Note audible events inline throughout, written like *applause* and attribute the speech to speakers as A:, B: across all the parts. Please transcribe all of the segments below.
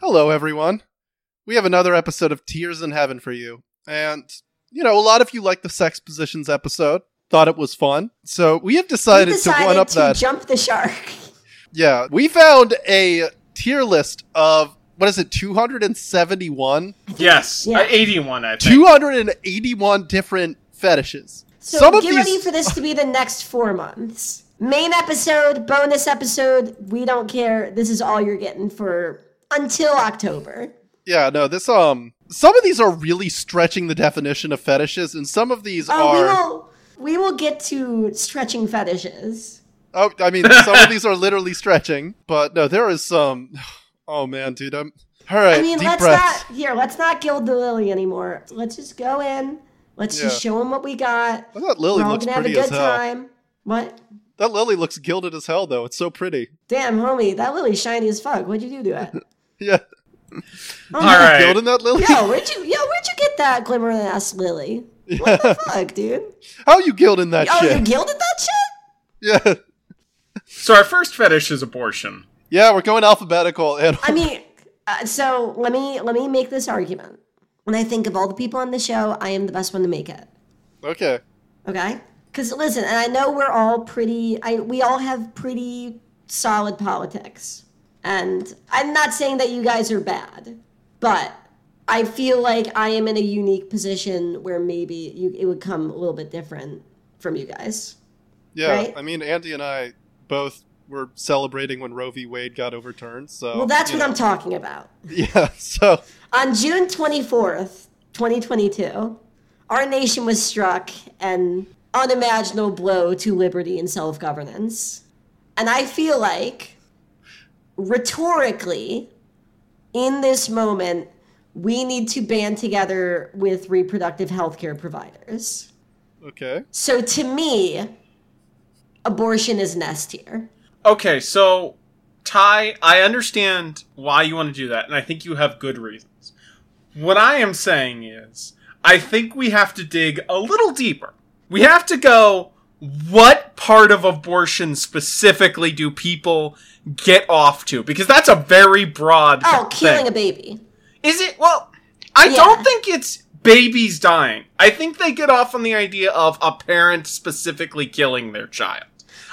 A: Hello, everyone. We have another episode of Tears in Heaven for you. And, you know, a lot of you liked the sex positions episode, thought it was fun. So we have decided,
B: We
A: to one up
B: to
A: that.
B: Jump the shark.
A: yeah. We found a tier list of, what is it, 271?
C: Yes,
B: Yeah.
C: uh, 81, I think.
A: 281 different fetishes.
B: So
A: Some of
B: get
A: these.
B: ready for this to be the next four months. Main episode, bonus episode. We don't care. This is all you're getting for until October.
A: yeah, no, this, um. Some of these are really stretching the definition of fetishes, and some of these
B: Oh,
A: are.
B: we will. We will get to stretching fetishes.
A: Oh, I mean, some of these are literally stretching, but no, there is some. Oh man, dude, I'm all right.
B: I mean,
A: deep
B: let's
A: breaths.
B: not here. Let's not gild the lily anymore. Let's just go in. Let's
A: Yeah.
B: just show them what we got.
A: I thought Lily
B: We're all
A: looks
B: gonna have a
A: pretty as
B: good
A: hell.
B: time. What?
A: That Lily looks gilded as hell, though. It's so pretty.
B: Damn, homie, that lily's shiny as fuck. What'd you do to
A: *laughs*
B: it?
A: Yeah,
B: Oh,
C: All right.
A: gilding that Lily.
B: Yo, where'd you? Yo, where'd you get that glimmer ass lily? What the fuck, dude?
A: *laughs* How you gilding *laughs* that
B: Oh, you
A: shit?
B: gilded that shit?
A: yeah,
C: So our first fetish is abortion.
A: yeah. We're going alphabetical, and
B: I mean, uh, so let me let me make this argument. When I think of all the people on the show, I am the best one to make it.
A: *laughs* okay,
B: Okay? Because listen, and I know we're all pretty. I we all have pretty solid politics, and I'm not saying that you guys are bad, but I feel like I am in a unique position where maybe you, it would come a little bit different from you guys.
A: yeah.
B: Right?
A: I mean, Andy and I both were celebrating when Roe v. Wade got overturned. So
C: Oh,
B: Well, that's
A: you
B: what I'm talking about.
A: know. *laughs* Yeah. So
B: On June 24th, 2022, our nation was struck an unimaginable blow to liberty and self governance. And I feel like, rhetorically, in this moment, we need to band together with reproductive health care providers.
A: okay.
B: So to me, abortion is an S tier.
C: Okay, so Ty, I understand why you want to do that, and I think you have good reasons. What I am saying is, I think we have to dig a little deeper. We have to go, what part of abortion specifically do people get off to? Because that's a very broad
B: Oh, killing
C: thing.
B: a baby.
C: Is it? Well, I
B: Yeah.
C: don't think it's babies dying. I think they get off on the idea of a parent specifically killing their child.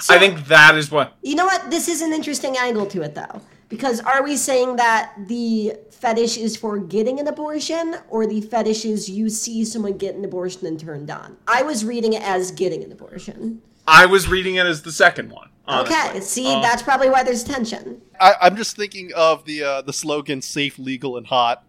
C: I think that is what.
B: You know what? This is an interesting angle to it, though. Because are we saying that the fetish is for getting an abortion or the fetish is you see someone get an abortion and turned on? I was reading it as getting an abortion.
C: I was reading it as the second one. honestly.
B: Okay, see, that's probably why there's tension.
A: I, I'm just thinking of the uh, the slogan "safe, legal, and hot."